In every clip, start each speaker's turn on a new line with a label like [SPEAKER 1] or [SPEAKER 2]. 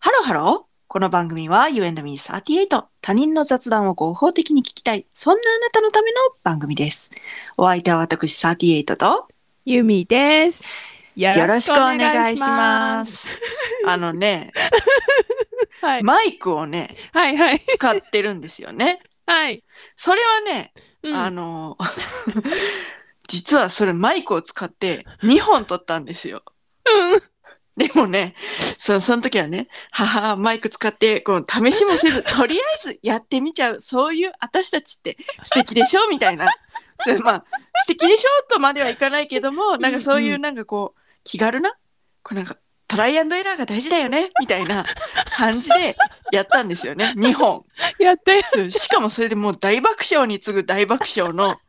[SPEAKER 1] ハロー。この番組は You and Me38 他人の雑談を合法的に聞きたいそんなあなたのための番組です。お相手は私38と
[SPEAKER 2] ゆみです。よ
[SPEAKER 1] よろしくお願いしま。す。あのね、
[SPEAKER 2] はい、
[SPEAKER 1] マイクをね、
[SPEAKER 2] はい、はい、
[SPEAKER 1] 使ってるんですよね。
[SPEAKER 2] はい。
[SPEAKER 1] それはね、
[SPEAKER 2] うん
[SPEAKER 1] あの、 実はそれマイクを使って2本撮ったんですよ。
[SPEAKER 2] うん
[SPEAKER 1] でもね、そその時はね、母マイク使って、この試しもせ ず、とりあえずやってみちゃう。そういう私たちって素敵でしょみたいな。それまあ、素敵でしょとまではいかないけども、なんかそうい
[SPEAKER 2] うん
[SPEAKER 1] う
[SPEAKER 2] うん
[SPEAKER 1] なんかこう、気軽な、こうなんかトライアンドエラーが大事だよねみたいな感じでやったんですよね。2本。
[SPEAKER 2] やって。
[SPEAKER 1] そうしかもそれでもう大爆笑に次ぐ大爆笑の、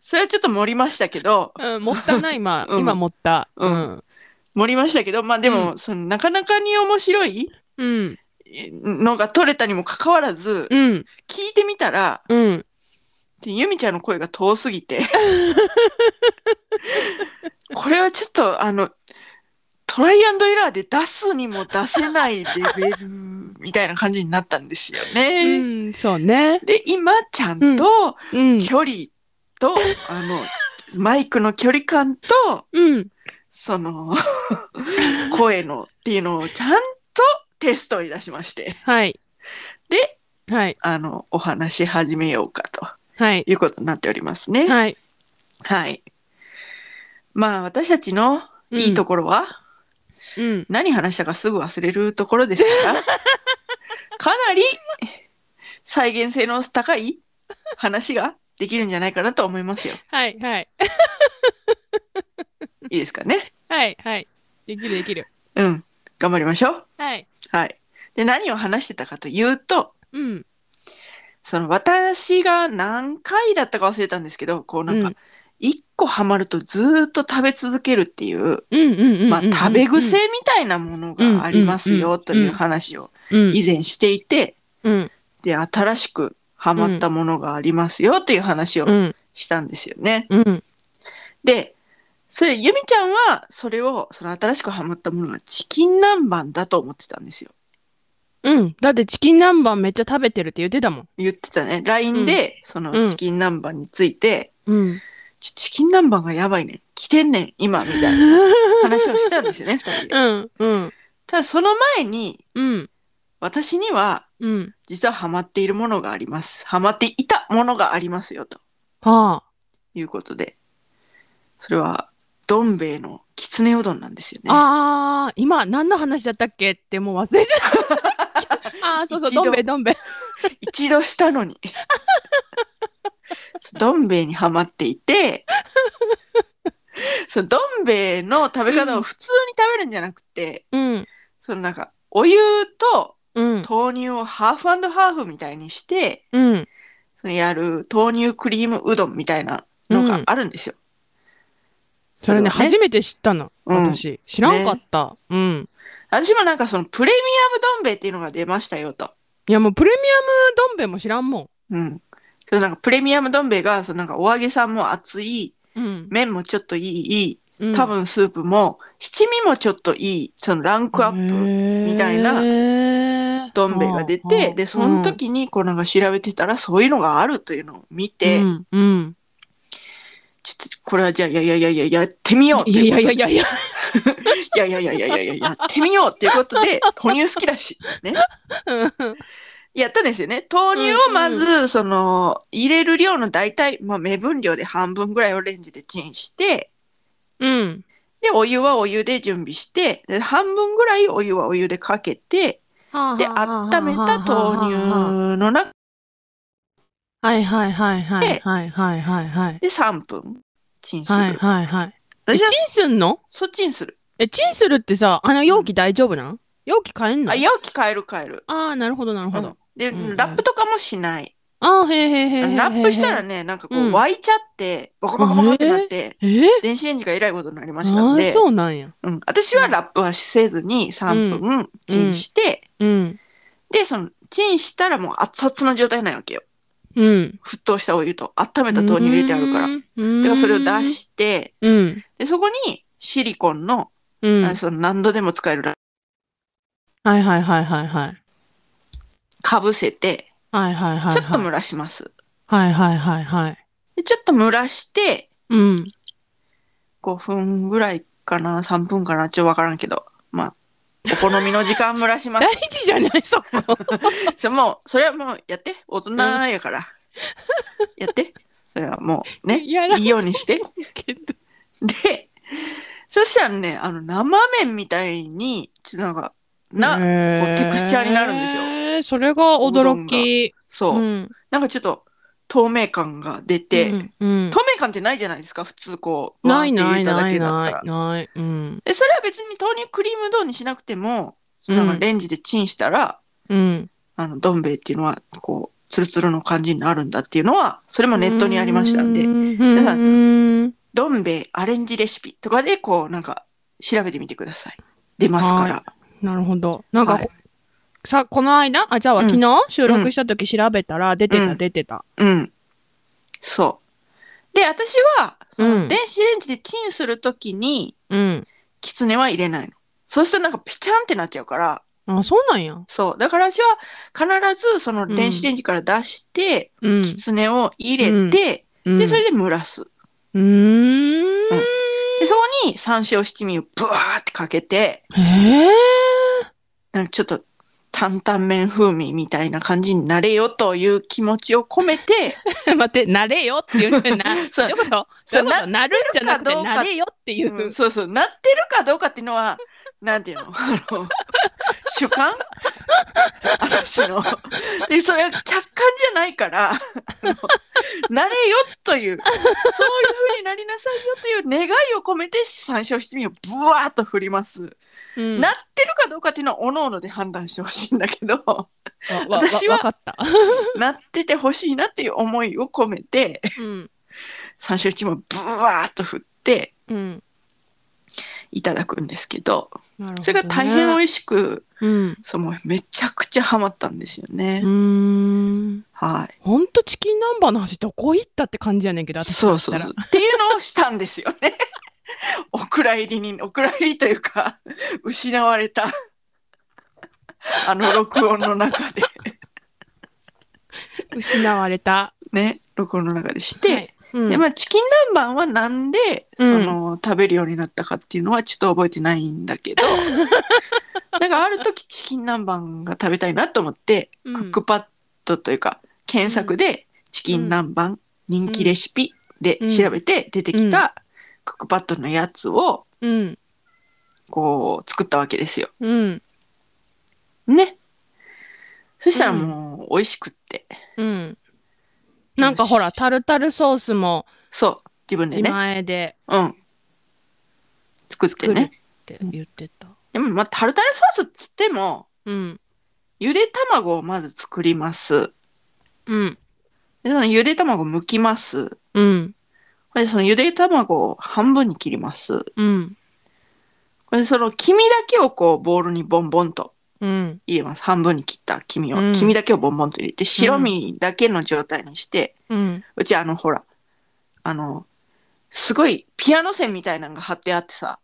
[SPEAKER 1] それはちょっと盛りましたけど、
[SPEAKER 2] うん、持ったな、今、
[SPEAKER 1] うん
[SPEAKER 2] 今持った。
[SPEAKER 1] う
[SPEAKER 2] うんん。
[SPEAKER 1] 盛りましたけど、まあでも、
[SPEAKER 2] う
[SPEAKER 1] そのなかなかに面白い
[SPEAKER 2] うん、
[SPEAKER 1] のが取れたにもかかわらず、
[SPEAKER 2] うん、
[SPEAKER 1] 聞いてみたら、
[SPEAKER 2] うん。
[SPEAKER 1] ゆみちゃんの声が遠す ぎて。これはちょっと、あの、トライアンドエラーで出すにも出せないレベルみたいな感じになったんですよ
[SPEAKER 2] う
[SPEAKER 1] ね。
[SPEAKER 2] ん、そうね。
[SPEAKER 1] で、今、ちゃんと
[SPEAKER 2] うん、
[SPEAKER 1] 距離と、あの、マイクの距離感と、
[SPEAKER 2] うん。
[SPEAKER 1] そ の、声のっていうのをちゃんとテストいたしまして、
[SPEAKER 2] はい。
[SPEAKER 1] で、
[SPEAKER 2] はい、
[SPEAKER 1] あの、お話し始めようかと。
[SPEAKER 2] はい、
[SPEAKER 1] いうことになっておりますね。はい。
[SPEAKER 2] はい。
[SPEAKER 1] まあ、私たちのいいと
[SPEAKER 2] こ。
[SPEAKER 1] ころは、
[SPEAKER 2] うん、
[SPEAKER 1] 何話したかすぐ忘れるところですから、かなり再現性の高い話ができるんじゃないかなと思いますよ。
[SPEAKER 2] はい、はい。
[SPEAKER 1] いいですかね。
[SPEAKER 2] はい、はい。できる、できる。
[SPEAKER 1] うん。頑張りましょう。
[SPEAKER 2] はい。
[SPEAKER 1] はい。で、何を話してたかというと、
[SPEAKER 2] うん、
[SPEAKER 1] その私が何回だったか忘れたんですけど、こうなん
[SPEAKER 2] う
[SPEAKER 1] か
[SPEAKER 2] ん、
[SPEAKER 1] 一個ハマるとずーっと食べ続けるっていう、
[SPEAKER 2] うん、うん、うん。
[SPEAKER 1] まあ、
[SPEAKER 2] うん
[SPEAKER 1] 食べ癖み。たいなものがあります
[SPEAKER 2] うんうん
[SPEAKER 1] よ
[SPEAKER 2] うん
[SPEAKER 1] という話を
[SPEAKER 2] うん、
[SPEAKER 1] 以前していて、
[SPEAKER 2] うん、
[SPEAKER 1] で、新しくハマったものがありますよという話を
[SPEAKER 2] うん、
[SPEAKER 1] したんですよね。
[SPEAKER 2] うん、
[SPEAKER 1] で、それ、ゆみちゃんはそれを、その新しくハマったものがチキン南蛮だと思ってたんですよ。
[SPEAKER 2] うん。だってチキン南蛮めっちゃ食べてるって言ってたもん。
[SPEAKER 1] 言ってたね。LINE で、そうの
[SPEAKER 2] ん
[SPEAKER 1] チキン南蛮について、
[SPEAKER 2] うん。
[SPEAKER 1] ちょチキン南蛮がやばいねん。来てんねん、今、みたいな話をしたんですよね、二人で。
[SPEAKER 2] うん、うん、
[SPEAKER 1] ただ、その前に、
[SPEAKER 2] うん、
[SPEAKER 1] 私には、
[SPEAKER 2] うん。
[SPEAKER 1] 実はハマっているものがあります。ハマっていたものがありますよ、と
[SPEAKER 2] は
[SPEAKER 1] いうことで。それは、どん兵衛のきつねうどんなんですよ
[SPEAKER 2] あ、
[SPEAKER 1] ね。
[SPEAKER 2] ああ、今何の話だったっけってもう忘れちゃった。 ああ、そうそう、
[SPEAKER 1] 一度
[SPEAKER 2] どんべいどんべい。
[SPEAKER 1] 一度したのに。どん兵衛にハマっていて、そうどん兵衛の食べ方を普通に食べるんじゃなくて、
[SPEAKER 2] うん、
[SPEAKER 1] そのなんか、お湯と
[SPEAKER 2] うん、
[SPEAKER 1] 豆乳をハーフハーフみたいにして、
[SPEAKER 2] うん、
[SPEAKER 1] そのやる豆乳クリームうどんみたいなのがあるんですよ。
[SPEAKER 2] それね、
[SPEAKER 1] それをね
[SPEAKER 2] 初めて知ったの。
[SPEAKER 1] うん
[SPEAKER 2] 私、知らんかった。うん。
[SPEAKER 1] 私もなんかそのプレミアムどん兵衛っていうのが出ましたよと。
[SPEAKER 2] いや、もうプレミアムどんべいも知らんも
[SPEAKER 1] うん。そのなんかプレミアムどん兵衛が、そのなんかお揚げさんも熱い、
[SPEAKER 2] ん。うん。
[SPEAKER 1] 麺もちょっとい
[SPEAKER 2] うん
[SPEAKER 1] い、多、分スープも、七味もちょっといい、そのランクアップ、
[SPEAKER 2] み
[SPEAKER 1] みたいなどん兵衛が出て、で、その、時にこうなんか調べてたらそういうのがあるというのを見て、
[SPEAKER 2] うん、うん。
[SPEAKER 1] ちょっとこれはじゃあ、いやいやいやいや、やってみようって
[SPEAKER 2] いや
[SPEAKER 1] いう
[SPEAKER 2] い
[SPEAKER 1] こ
[SPEAKER 2] や
[SPEAKER 1] と
[SPEAKER 2] いやいやいや、
[SPEAKER 1] いやいやいやいやいやいや、やってみようっていうことで、豆乳好きだし、ね。
[SPEAKER 2] うん
[SPEAKER 1] やったんですよね。豆乳をまず、その、入れる量の大体、まあ、目分量で半分ぐらいをレンジでチンして、
[SPEAKER 2] うん、
[SPEAKER 1] で、お湯はお湯で準備して、で半分ぐらいお湯はお湯でかけて、で、温めた豆乳の中
[SPEAKER 2] はいはいはいはいはいはいはいはい。
[SPEAKER 1] で3分チンする。
[SPEAKER 2] はいはいはい。え、
[SPEAKER 1] 私
[SPEAKER 2] チ
[SPEAKER 1] は
[SPEAKER 2] ンすんの
[SPEAKER 1] そっちにする。
[SPEAKER 2] え、チンするってさ、あの容器大丈夫なん容器変えんの
[SPEAKER 1] あ、容器変える変える。
[SPEAKER 2] ああ、なるほどなる
[SPEAKER 1] う
[SPEAKER 2] ほ
[SPEAKER 1] ん
[SPEAKER 2] ど。
[SPEAKER 1] で、
[SPEAKER 2] うんうん
[SPEAKER 1] ラップとかもしない。
[SPEAKER 2] ああ、へえへえへえへえ。
[SPEAKER 1] ラップしたらね、なんかこ
[SPEAKER 2] う
[SPEAKER 1] う、
[SPEAKER 2] ん
[SPEAKER 1] 沸いちゃって、ボコボコボコってなって、
[SPEAKER 2] えー
[SPEAKER 1] 電子レンジがえらいことになりました
[SPEAKER 2] あ
[SPEAKER 1] の
[SPEAKER 2] あ、
[SPEAKER 1] で、
[SPEAKER 2] そうなんや。
[SPEAKER 1] うん、私はラップはせずに3分チンして、
[SPEAKER 2] うん。
[SPEAKER 1] で、その、チンしたらもう熱々の状態なんわけよ。
[SPEAKER 2] うん。
[SPEAKER 1] 沸騰したお湯と温めた豆乳入れてあるから。だ
[SPEAKER 2] ら
[SPEAKER 1] からそれを出。して、
[SPEAKER 2] うん。
[SPEAKER 1] で、そこにシリコンの、
[SPEAKER 2] うん。
[SPEAKER 1] あその何度でも使えるラ
[SPEAKER 2] はいはいはいはいはい。
[SPEAKER 1] かぶせて、
[SPEAKER 2] はいはいはいはい。
[SPEAKER 1] ちょっと蒸らします。
[SPEAKER 2] はいはいはいはい。
[SPEAKER 1] でちょっと蒸らして、
[SPEAKER 2] うん。
[SPEAKER 1] 5分ぐらいかな、3分かな、ちょっとわからんけど。まあ、お好みの時間蒸らし ます
[SPEAKER 2] 大。事じゃないそこ。
[SPEAKER 1] それもう、それはもうやって。大人やから。やって。それはもう ね、
[SPEAKER 2] やら
[SPEAKER 1] いいようにして。
[SPEAKER 2] けど。
[SPEAKER 1] で、そしたらね、あの、生麺みたいに、ちょっとなんか、な、
[SPEAKER 2] な
[SPEAKER 1] こうテクスチャーになるんですよ
[SPEAKER 2] よ。それが驚き。
[SPEAKER 1] そう、
[SPEAKER 2] うん
[SPEAKER 1] なんかちょっと、透明感が出て、
[SPEAKER 2] うんうん
[SPEAKER 1] 透明感ってないじゃないですか、普通こう、
[SPEAKER 2] ない
[SPEAKER 1] わーっ
[SPEAKER 2] な
[SPEAKER 1] て
[SPEAKER 2] い
[SPEAKER 1] 入れただ
[SPEAKER 2] な
[SPEAKER 1] け
[SPEAKER 2] い
[SPEAKER 1] だった
[SPEAKER 2] な
[SPEAKER 1] ら
[SPEAKER 2] い。ない。うん。
[SPEAKER 1] でそれは別に豆乳クリーム丼にしなくても、なんか
[SPEAKER 2] うん
[SPEAKER 1] レンジでチンしたら、
[SPEAKER 2] うん。
[SPEAKER 1] あの、どん兵衛っていうのは、こう、ツルツルの感じになるんだっていうのは、それもネットにありましたんで
[SPEAKER 2] う、ん
[SPEAKER 1] 皆さん
[SPEAKER 2] うん
[SPEAKER 1] どん兵衛アレンジレシピとかで、こう、なんか、調べてみてください。出ますから。
[SPEAKER 2] なるほど。なんか
[SPEAKER 1] はい
[SPEAKER 2] さ、この間、あ、じゃあ
[SPEAKER 1] うん
[SPEAKER 2] 昨日収録した時調べたら出て
[SPEAKER 1] う
[SPEAKER 2] た
[SPEAKER 1] ん
[SPEAKER 2] 出てた。
[SPEAKER 1] うん。そう。で、私は、そうの
[SPEAKER 2] ん
[SPEAKER 1] 電子レンジでチンするときに、
[SPEAKER 2] うん。
[SPEAKER 1] きつねは入れないの。そうするとなんかぺちゃんってなっちゃうから、
[SPEAKER 2] あ、そうなんや。
[SPEAKER 1] そう。だから私は必ずその電子レンジから出して、
[SPEAKER 2] うん。
[SPEAKER 1] きつねを入れて、
[SPEAKER 2] で
[SPEAKER 1] で、それで蒸らす。
[SPEAKER 2] うーん。
[SPEAKER 1] で、そこに山椒七味をブワーってかけて、
[SPEAKER 2] へ
[SPEAKER 1] なんかちょっと担々麺風味みたいな感じになれよという気持ちを込めて、
[SPEAKER 2] え。 待って、なれよっていうな。
[SPEAKER 1] そう
[SPEAKER 2] どういうこと
[SPEAKER 1] そ
[SPEAKER 2] そうういうことなるんじゃな
[SPEAKER 1] なっ
[SPEAKER 2] く
[SPEAKER 1] てるかどう
[SPEAKER 2] て、
[SPEAKER 1] か。
[SPEAKER 2] なれよっていううん
[SPEAKER 1] そうそう、なってるかどうかっていうの は、なんていうの あの、主観 私の。 で、それは客観じゃないから、 あのなれよという、そういう風になりなさいよという願いを込めて参照してみよう。ブワーっと振ります。
[SPEAKER 2] うん
[SPEAKER 1] なってるかどうかっていうのは、おのおので判断してほしいんだけ ど、
[SPEAKER 2] わわ
[SPEAKER 1] 私は
[SPEAKER 2] わかった。
[SPEAKER 1] なっててほしいなっていう思いを込めて、
[SPEAKER 2] うん。
[SPEAKER 1] 参照してみよう。ブワーっと振って
[SPEAKER 2] うん。
[SPEAKER 1] いただくんですけど、
[SPEAKER 2] なるほどね
[SPEAKER 1] それが大変美味しく、
[SPEAKER 2] うん。
[SPEAKER 1] そう、もうめちゃくちゃハマったんですよね。
[SPEAKER 2] うーん。
[SPEAKER 1] はい。
[SPEAKER 2] ほんとチキン南蛮の話どこ行ったって感じやねんけど、私
[SPEAKER 1] そうそう
[SPEAKER 2] だ
[SPEAKER 1] そう
[SPEAKER 2] っ。
[SPEAKER 1] っていうのをしたんですよね。 お蔵入りに、お蔵入りというか、失われた、あの録音の中で、
[SPEAKER 2] 失われた。
[SPEAKER 1] ね、録音の中でして、
[SPEAKER 2] はいうん
[SPEAKER 1] で、まあ、チキン南蛮はなんで、
[SPEAKER 2] うん
[SPEAKER 1] その、食べるようになったかっていうのはちょっと覚えてないんだ けど、なんかある時チキン南蛮が食べたいなと思って、
[SPEAKER 2] うん
[SPEAKER 1] クックパッドというか、検索でチキン南蛮人気レシピで調べて出てきたクックパッドのやつを、
[SPEAKER 2] うん。
[SPEAKER 1] こう、作ったわけですよ。
[SPEAKER 2] うん。
[SPEAKER 1] ね。そしたらもう、美味しくって。
[SPEAKER 2] うん。なんかほら、タルタルソースも
[SPEAKER 1] そう、自分で
[SPEAKER 2] 自
[SPEAKER 1] ね。
[SPEAKER 2] 前で
[SPEAKER 1] うん。作って
[SPEAKER 2] 作るっ
[SPEAKER 1] ね。
[SPEAKER 2] て言ってた。
[SPEAKER 1] でも、まあ、タルタルソースっつっても、
[SPEAKER 2] うん。
[SPEAKER 1] ゆで卵をまず作ります。
[SPEAKER 2] うん。
[SPEAKER 1] でそのゆで卵を剥きます。
[SPEAKER 2] うん。
[SPEAKER 1] これでそのゆで卵を半分に切ります。
[SPEAKER 2] うん。
[SPEAKER 1] これでその黄身だけをこうボウルにボンボンと
[SPEAKER 2] うん。
[SPEAKER 1] 入れます。半分に切った黄身を。
[SPEAKER 2] うん
[SPEAKER 1] 黄身だけをボンボンと入れて、白身だけの状態にして、
[SPEAKER 2] うん。
[SPEAKER 1] うちあのほら、あの、すごいピアノ線みたいなのが貼ってあってさ、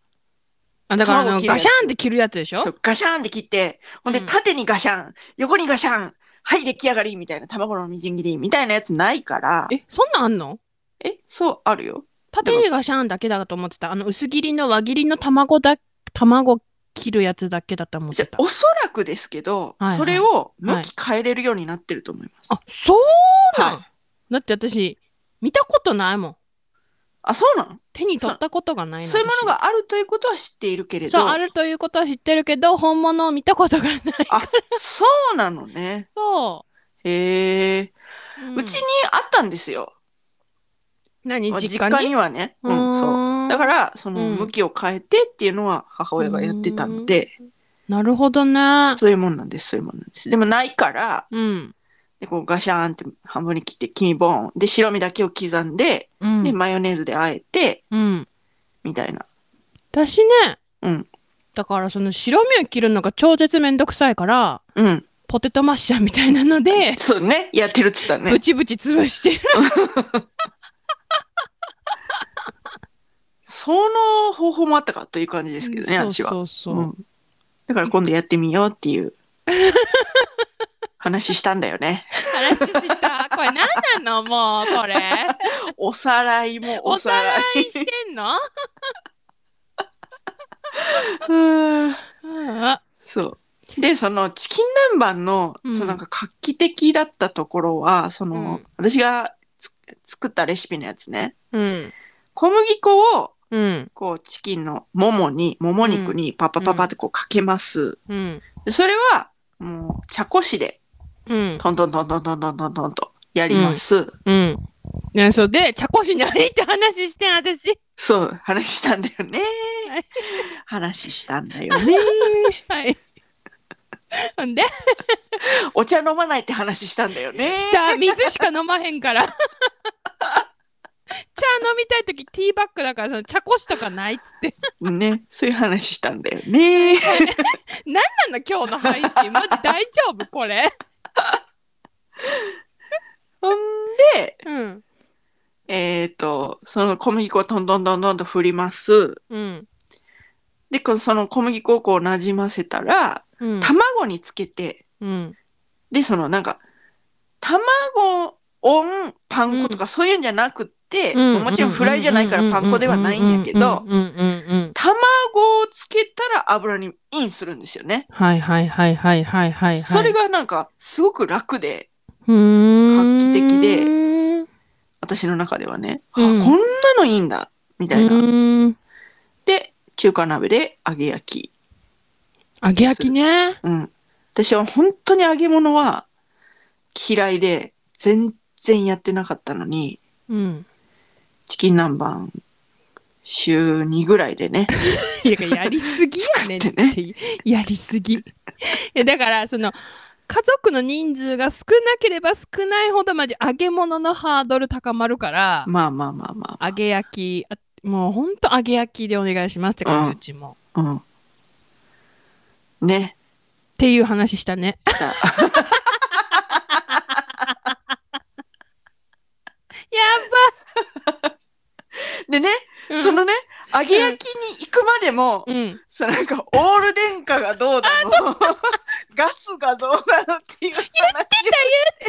[SPEAKER 2] あ、だからあ
[SPEAKER 1] 卵
[SPEAKER 2] の、
[SPEAKER 1] 切るや
[SPEAKER 2] ガ
[SPEAKER 1] つ
[SPEAKER 2] シャンって切るやつでしょ
[SPEAKER 1] そうガシャンって切って、ほんで
[SPEAKER 2] うん
[SPEAKER 1] 縦にガシャン、横にガシャン、はい出来上がりみたいな、卵のみじん切りみたいなやつないから、
[SPEAKER 2] え、そんなんあんの
[SPEAKER 1] え、そうあるよ。
[SPEAKER 2] 縦にガシャンだけだと思ってた。あの、薄切りの輪切りの卵だ、卵切るやつだけだと思っ
[SPEAKER 1] じ
[SPEAKER 2] て
[SPEAKER 1] ゃ
[SPEAKER 2] た。
[SPEAKER 1] おそらくですけど、
[SPEAKER 2] はいはい
[SPEAKER 1] それを向き変えれるようになってると思います。
[SPEAKER 2] あ、そうなん
[SPEAKER 1] はい
[SPEAKER 2] だって私、見たことないもん。
[SPEAKER 1] あ、そうなの
[SPEAKER 2] 手に取ったことがないの
[SPEAKER 1] そういうもの
[SPEAKER 2] 私
[SPEAKER 1] があるということは知っているけれど、
[SPEAKER 2] そうあるということは知ってるけど本物を見たことがない
[SPEAKER 1] あそうなのね。
[SPEAKER 2] そ
[SPEAKER 1] へえ、
[SPEAKER 2] う、
[SPEAKER 1] うんちにあったんですよ。
[SPEAKER 2] 何
[SPEAKER 1] まあ
[SPEAKER 2] 実
[SPEAKER 1] 実
[SPEAKER 2] 家
[SPEAKER 1] 家
[SPEAKER 2] に
[SPEAKER 1] にはね。うん、そう。
[SPEAKER 2] う
[SPEAKER 1] だ
[SPEAKER 2] だから
[SPEAKER 1] から、その、
[SPEAKER 2] うん
[SPEAKER 1] 向きを変えてっていうのは母親がやってたので、
[SPEAKER 2] なるほどね
[SPEAKER 1] そういうもんなんです、そういうもんなんです。でもないから、
[SPEAKER 2] うん
[SPEAKER 1] でこうガシャーンって半分に切って、黄身ボーン。で、白身だけを刻んで、
[SPEAKER 2] う
[SPEAKER 1] で、
[SPEAKER 2] ん、
[SPEAKER 1] マヨネーズで和えて、
[SPEAKER 2] うん、
[SPEAKER 1] みたいな。
[SPEAKER 2] 私ね、
[SPEAKER 1] うん
[SPEAKER 2] だからその白身を切るのが超絶めんどくさいから
[SPEAKER 1] うん。
[SPEAKER 2] ポテトマッシャーみたいなので、
[SPEAKER 1] そうね。やってるって言ったね
[SPEAKER 2] ブ。チブチ潰してる
[SPEAKER 1] その方法もあったかという感じですけどね、
[SPEAKER 2] うん
[SPEAKER 1] 私は。
[SPEAKER 2] そうそうそう、
[SPEAKER 1] うんだから今度やってみようって いう話したんだよね。
[SPEAKER 2] 話した。これ何なのもう、これ。
[SPEAKER 1] おさらいもお
[SPEAKER 2] お
[SPEAKER 1] さら
[SPEAKER 2] さら
[SPEAKER 1] い。
[SPEAKER 2] いしてんの
[SPEAKER 1] うん
[SPEAKER 2] うん
[SPEAKER 1] そう。で、そのチキン南蛮の、
[SPEAKER 2] うん
[SPEAKER 1] そのなんか画期的だったところは、その、
[SPEAKER 2] うん
[SPEAKER 1] 私がつ作ったレシピのやつね。
[SPEAKER 2] うん。
[SPEAKER 1] 小麦粉を、
[SPEAKER 2] うん。
[SPEAKER 1] こう、チキンのももに、もも肉にパパパパってこうかけます。
[SPEAKER 2] うん。
[SPEAKER 1] でそれは、もう、茶こしで、
[SPEAKER 2] うん。
[SPEAKER 1] トントントントントントントントンとやります。
[SPEAKER 2] うん。ね、そうで、茶こしないって話してん、私。
[SPEAKER 1] そう、話したんだよね
[SPEAKER 2] はい。
[SPEAKER 1] 話したんだよね。
[SPEAKER 2] はい。ほんで、
[SPEAKER 1] お茶飲まないって話したんだよね。
[SPEAKER 2] 下、水しか飲まへんから。茶飲みたいとき、ティーバッグだから、その茶こしとかないっつって。
[SPEAKER 1] ね、そういう話したんだよね。
[SPEAKER 2] なんだ、今日の配信。マジ大丈夫これ。
[SPEAKER 1] ほんで、
[SPEAKER 2] うん。
[SPEAKER 1] えっ、と、その小麦粉をどんどんどんどんと振ります。
[SPEAKER 2] うん。
[SPEAKER 1] で、こうその小麦粉をこうなじませたら、
[SPEAKER 2] うん。
[SPEAKER 1] 卵につけて、
[SPEAKER 2] うん。
[SPEAKER 1] で、そのなんか、卵、オン、パン粉とかそういうんじゃなくって、
[SPEAKER 2] うん
[SPEAKER 1] もちろんフライじゃないからパン粉ではないんやけど
[SPEAKER 2] う、んうんうんうん。
[SPEAKER 1] 卵をつけたら油にインするんですよね。
[SPEAKER 2] はいはいはいはいはいはいはい。
[SPEAKER 1] それがなんかすごく楽で、
[SPEAKER 2] うーん、
[SPEAKER 1] 画期的で
[SPEAKER 2] うーん
[SPEAKER 1] 私の中ではね、
[SPEAKER 2] うん
[SPEAKER 1] あこんなのいいんだ、みたいな。
[SPEAKER 2] うーん
[SPEAKER 1] で、中華鍋で揚げ焼き。
[SPEAKER 2] 揚げ焼きね。
[SPEAKER 1] うん。私は本当に揚げ物は嫌いで、全然やってなかったのに、
[SPEAKER 2] うん。
[SPEAKER 1] チキン南蛮、週2ぐらいでね。
[SPEAKER 2] いや、やりすぎやねんっ
[SPEAKER 1] 作ってね
[SPEAKER 2] ていう。やりすぎ。いや、だから、その、家族の人数が少なければ少ないほど、まじ揚げ物のハードル高まるから、
[SPEAKER 1] まあまあまあま
[SPEAKER 2] 揚げ焼き、あもうほんと揚げ焼きでお願いしますって感じ、
[SPEAKER 1] う
[SPEAKER 2] うんちも。
[SPEAKER 1] あ。うん。ね。
[SPEAKER 2] っていう話したね。
[SPEAKER 1] した。
[SPEAKER 2] や
[SPEAKER 1] でね、
[SPEAKER 2] ば、うん、
[SPEAKER 1] そのね、揚げ焼きに行くまでも、
[SPEAKER 2] うん。
[SPEAKER 1] そうなんかオール電化がどうだ のガスがどうだのっていう話言ってた言って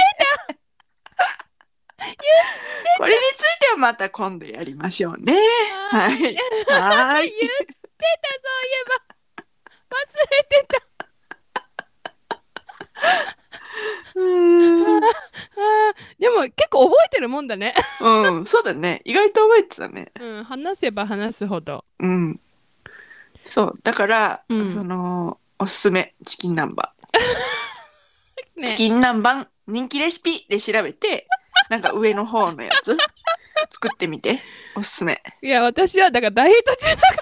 [SPEAKER 1] たこれについてはまた今度やりましょうねはいは
[SPEAKER 2] あ
[SPEAKER 1] ー
[SPEAKER 2] 言
[SPEAKER 1] い
[SPEAKER 2] ってた、そういえば。忘れてた。
[SPEAKER 1] うーん
[SPEAKER 2] あーでも結構覚えてるもんだね。
[SPEAKER 1] うんそうだね意外と覚えてたね
[SPEAKER 2] うん、話せば話すほど。
[SPEAKER 1] うんそうだから、
[SPEAKER 2] うん
[SPEAKER 1] そのおすすめチキン南蛮、
[SPEAKER 2] ね、
[SPEAKER 1] チキン南蛮人気レシピで調べてなんか上の方のやつ作ってみておすすめ
[SPEAKER 2] いや、私はだからダイエット中だからやら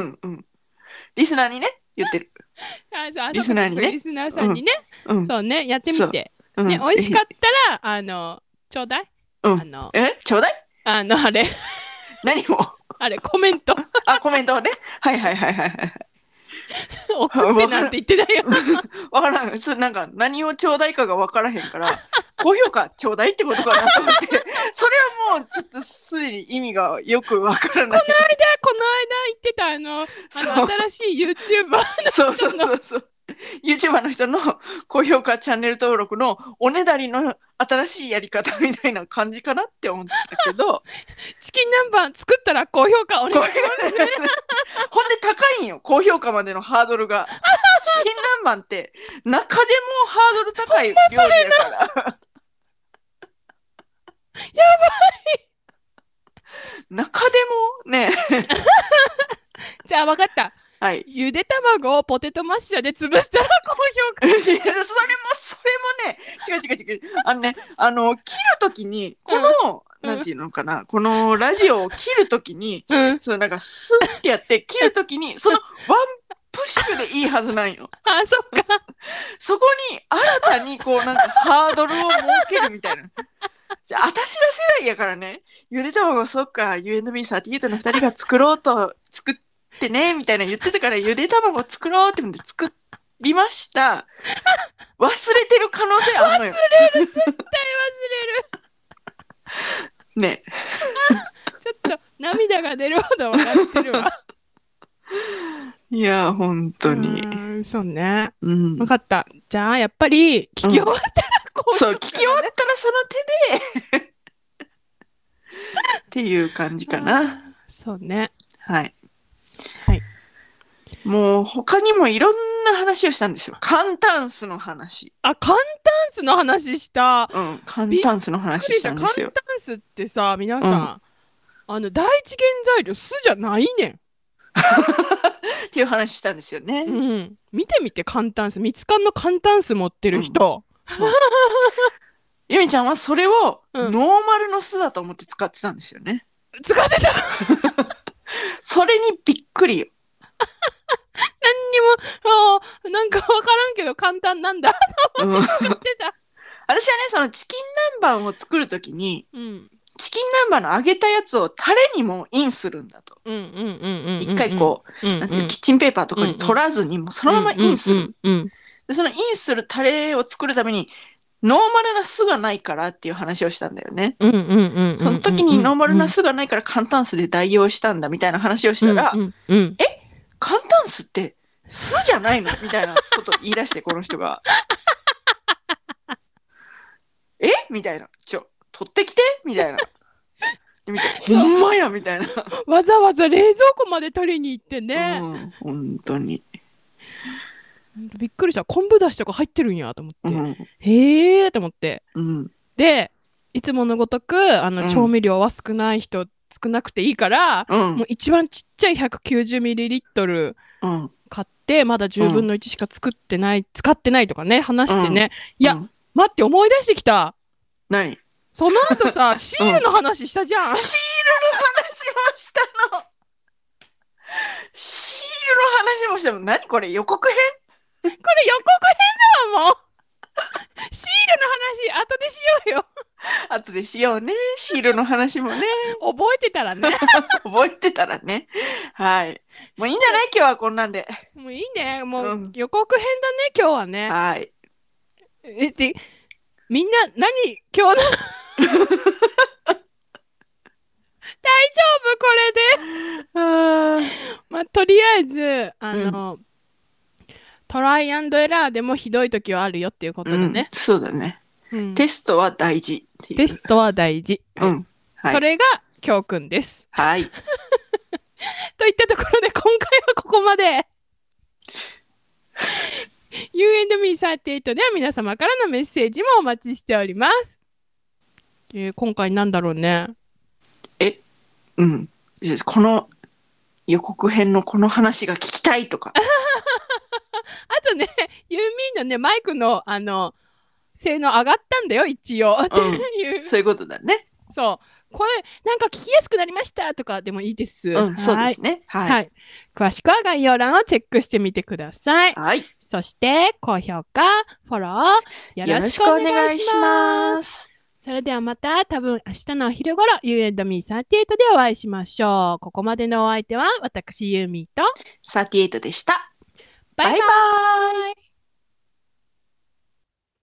[SPEAKER 1] う
[SPEAKER 2] んと思う。
[SPEAKER 1] んうん。リスナーにね、言ってる。
[SPEAKER 2] あそうあそう
[SPEAKER 1] リスナーにね
[SPEAKER 2] そうリスナーさんにね、
[SPEAKER 1] うん。
[SPEAKER 2] そうね、やってみて。
[SPEAKER 1] うん
[SPEAKER 2] ね、美味しか
[SPEAKER 1] ぜ
[SPEAKER 2] ったら、あの、ちょうだい。
[SPEAKER 1] うん
[SPEAKER 2] あの、
[SPEAKER 1] ひえちょうだい
[SPEAKER 2] あの、あれ、
[SPEAKER 1] 何も。
[SPEAKER 2] あれ、コメ ント。
[SPEAKER 1] あ、コメントをね。はいはいはいはいはい。
[SPEAKER 2] 送ってなんて言ってないよ。
[SPEAKER 1] わからん。そなんか何をちょうだいかがわからへんから、高評価ちょうだいってことかなと思 って。それはもうちょっとすでに意味がよくわからない。
[SPEAKER 2] この間言ってた、あの、あ
[SPEAKER 1] そ
[SPEAKER 2] の
[SPEAKER 1] う
[SPEAKER 2] 新しい YouTuber。
[SPEAKER 1] そうそうそうそう。YouTuber の人の高評価チャンネル登録のおねだりの新しいやり方みたいな感じかなって思ったけど。
[SPEAKER 2] チキン南蛮作ったら高 評価お願いし
[SPEAKER 1] 高評
[SPEAKER 2] ます。
[SPEAKER 1] ほんで高いんよ高評価までのハードル がチキン南蛮って中でもハードル高い料理だからやばい中でもね
[SPEAKER 2] じゃあ、わかった。
[SPEAKER 1] はい
[SPEAKER 2] ゆで卵をポテトマッシャーで潰したら高評価。
[SPEAKER 1] それもそれもね違う違う違うあのねあの切る時にこの、
[SPEAKER 2] うん
[SPEAKER 1] なんていうのかなこのラジオを切る時に
[SPEAKER 2] うん。
[SPEAKER 1] そのなんかスッってやって切る時にそのワンプッシュでいいはずなんよ
[SPEAKER 2] あ、そっか。
[SPEAKER 1] そこに新たにこうなんかハードルを設けるみたいな。じゃあ私ら世代やからね、ゆで卵そっか、UNB38 の2人が作ろうと作ってね、みたいな言ってたから、ゆで卵作ろうってんで作りました。忘れてる可能性あるのよ。
[SPEAKER 2] 絶対忘れる。
[SPEAKER 1] ね。
[SPEAKER 2] ちょっと涙が出るほど笑ってるわ。
[SPEAKER 1] いや、本当に
[SPEAKER 2] う。ーんそうね。
[SPEAKER 1] うん
[SPEAKER 2] 分。かった。じゃあ、やっぱり、聞き終わったらこう、
[SPEAKER 1] そう、聞き終わったらその手でっていう感じかな。
[SPEAKER 2] そうね。
[SPEAKER 1] はい。
[SPEAKER 2] はい。
[SPEAKER 1] もう他にもいろんな話をしたんですよ。簡単数の話。
[SPEAKER 2] あ、簡単数の話した。
[SPEAKER 1] うん、簡単数の
[SPEAKER 2] びっく
[SPEAKER 1] 話
[SPEAKER 2] りし
[SPEAKER 1] したたんで
[SPEAKER 2] 簡
[SPEAKER 1] す
[SPEAKER 2] 単
[SPEAKER 1] よ。
[SPEAKER 2] 数ってさ、皆さん、あの、第一原材料、酢じゃないね
[SPEAKER 1] っていう話したんですよね。
[SPEAKER 2] ん。うん。見てみて、簡単数。蜜缶の簡単数持ってる人。
[SPEAKER 1] ゆみちゃんはそれをノ
[SPEAKER 2] う
[SPEAKER 1] ー
[SPEAKER 2] ん
[SPEAKER 1] マルの巣だと思って使ってたんですよね。
[SPEAKER 2] 使ってた。
[SPEAKER 1] それにびっくりよ。
[SPEAKER 2] 何にも、あーなんかわからんけど、簡単なんだ。
[SPEAKER 1] うん、私はね、
[SPEAKER 2] ってた。
[SPEAKER 1] そのチキン南蛮を作るときに、
[SPEAKER 2] うん。
[SPEAKER 1] チキン南蛮の揚げたやつをタレにもインするんだと。
[SPEAKER 2] うんうんうんうんうん。
[SPEAKER 1] 一回こう、
[SPEAKER 2] う、うんうん、
[SPEAKER 1] なんていうのキッチンペーパーとかに取らずに、もうそのままインする、
[SPEAKER 2] うんうんうんうん
[SPEAKER 1] で。そのインするタレを作るために、ノーマルな酢がないからっていう話をしたんだよね。
[SPEAKER 2] うんうんうんうんうん
[SPEAKER 1] その時にノーマルな酢がないから簡単酢で代用したんだみたいな話をしたら、
[SPEAKER 2] うんうんうん
[SPEAKER 1] 簡単酢って酢じゃないのみたいなことを言い出して、この人が。 えみたいな。ちょ、取ってきてみたいな。み たいな。ほんまやみたいな。
[SPEAKER 2] わざわざ冷蔵庫まで取りに行ってね、
[SPEAKER 1] うん、本当に。
[SPEAKER 2] びっくりした昆布だしとか入ってるんやと思って、
[SPEAKER 1] うん。
[SPEAKER 2] へえと思って
[SPEAKER 1] うん。で、
[SPEAKER 2] でいつものごとくあの、
[SPEAKER 1] うん
[SPEAKER 2] 調味料は少ない人少なくていいから、
[SPEAKER 1] うん
[SPEAKER 2] もう。一番ちっちゃい 190ml
[SPEAKER 1] うん。
[SPEAKER 2] 買ってまだ10分の1しか作ってない、使ってないとかね話してね、いや
[SPEAKER 1] うん、
[SPEAKER 2] 待って思い出してきた
[SPEAKER 1] 何
[SPEAKER 2] その後 さシールの話したじゃん、
[SPEAKER 1] シールの話もしたのシールの話もしたの何これ予告編
[SPEAKER 2] これ予告編だわもうシールの話後でしよ
[SPEAKER 1] 後でしようねシールの話もね
[SPEAKER 2] うよ覚えてたらね
[SPEAKER 1] 覚えてたらねはいもういいんじゃない今日はこんなんで
[SPEAKER 2] もういいねもう、
[SPEAKER 1] うん
[SPEAKER 2] 予告編だね今日はね
[SPEAKER 1] はい
[SPEAKER 2] えでみんな何今日の大丈夫これで、まあ、とりあえずあの、トライアンドエラーでもひどい時はあるよっていうことだ
[SPEAKER 1] うん
[SPEAKER 2] ね、
[SPEAKER 1] そうだね
[SPEAKER 2] うん
[SPEAKER 1] テストは大事っていう
[SPEAKER 2] テストは大事、
[SPEAKER 1] うんは
[SPEAKER 2] そ
[SPEAKER 1] い
[SPEAKER 2] れが教訓です
[SPEAKER 1] はい
[SPEAKER 2] といったところで今回はここまで U&Me38 では皆様からのメッセージもお待ちしております。えー今回なんだろうね。
[SPEAKER 1] うんこの予告編のこの話が聞きたいとか
[SPEAKER 2] あとね、 ユーミンのね、マイクの、あの、性能上がったんだよ、一 応。って いう。
[SPEAKER 1] そういうことだね
[SPEAKER 2] そう。声、なんか聞きやすくなりましたとかでもいいです。
[SPEAKER 1] うんそうで
[SPEAKER 2] はい
[SPEAKER 1] すね
[SPEAKER 2] はい、
[SPEAKER 1] はい
[SPEAKER 2] 詳しくは概要欄をチェックしてみてください。
[SPEAKER 1] はい
[SPEAKER 2] そして、高評価、フォロー、よ
[SPEAKER 1] よ
[SPEAKER 2] ろ
[SPEAKER 1] ろ
[SPEAKER 2] し
[SPEAKER 1] し
[SPEAKER 2] く
[SPEAKER 1] く
[SPEAKER 2] お
[SPEAKER 1] お
[SPEAKER 2] 願
[SPEAKER 1] 願
[SPEAKER 2] い
[SPEAKER 1] い
[SPEAKER 2] し
[SPEAKER 1] し
[SPEAKER 2] ま
[SPEAKER 1] ま
[SPEAKER 2] す。
[SPEAKER 1] す。
[SPEAKER 2] それではまた、多分明日のお昼頃、You and Me38 でお会いしましょう。ここまでのお相手は、私、ユーミーと、
[SPEAKER 1] 38でした。
[SPEAKER 2] バ
[SPEAKER 1] バイ
[SPEAKER 2] イバイ
[SPEAKER 1] バイ
[SPEAKER 2] イ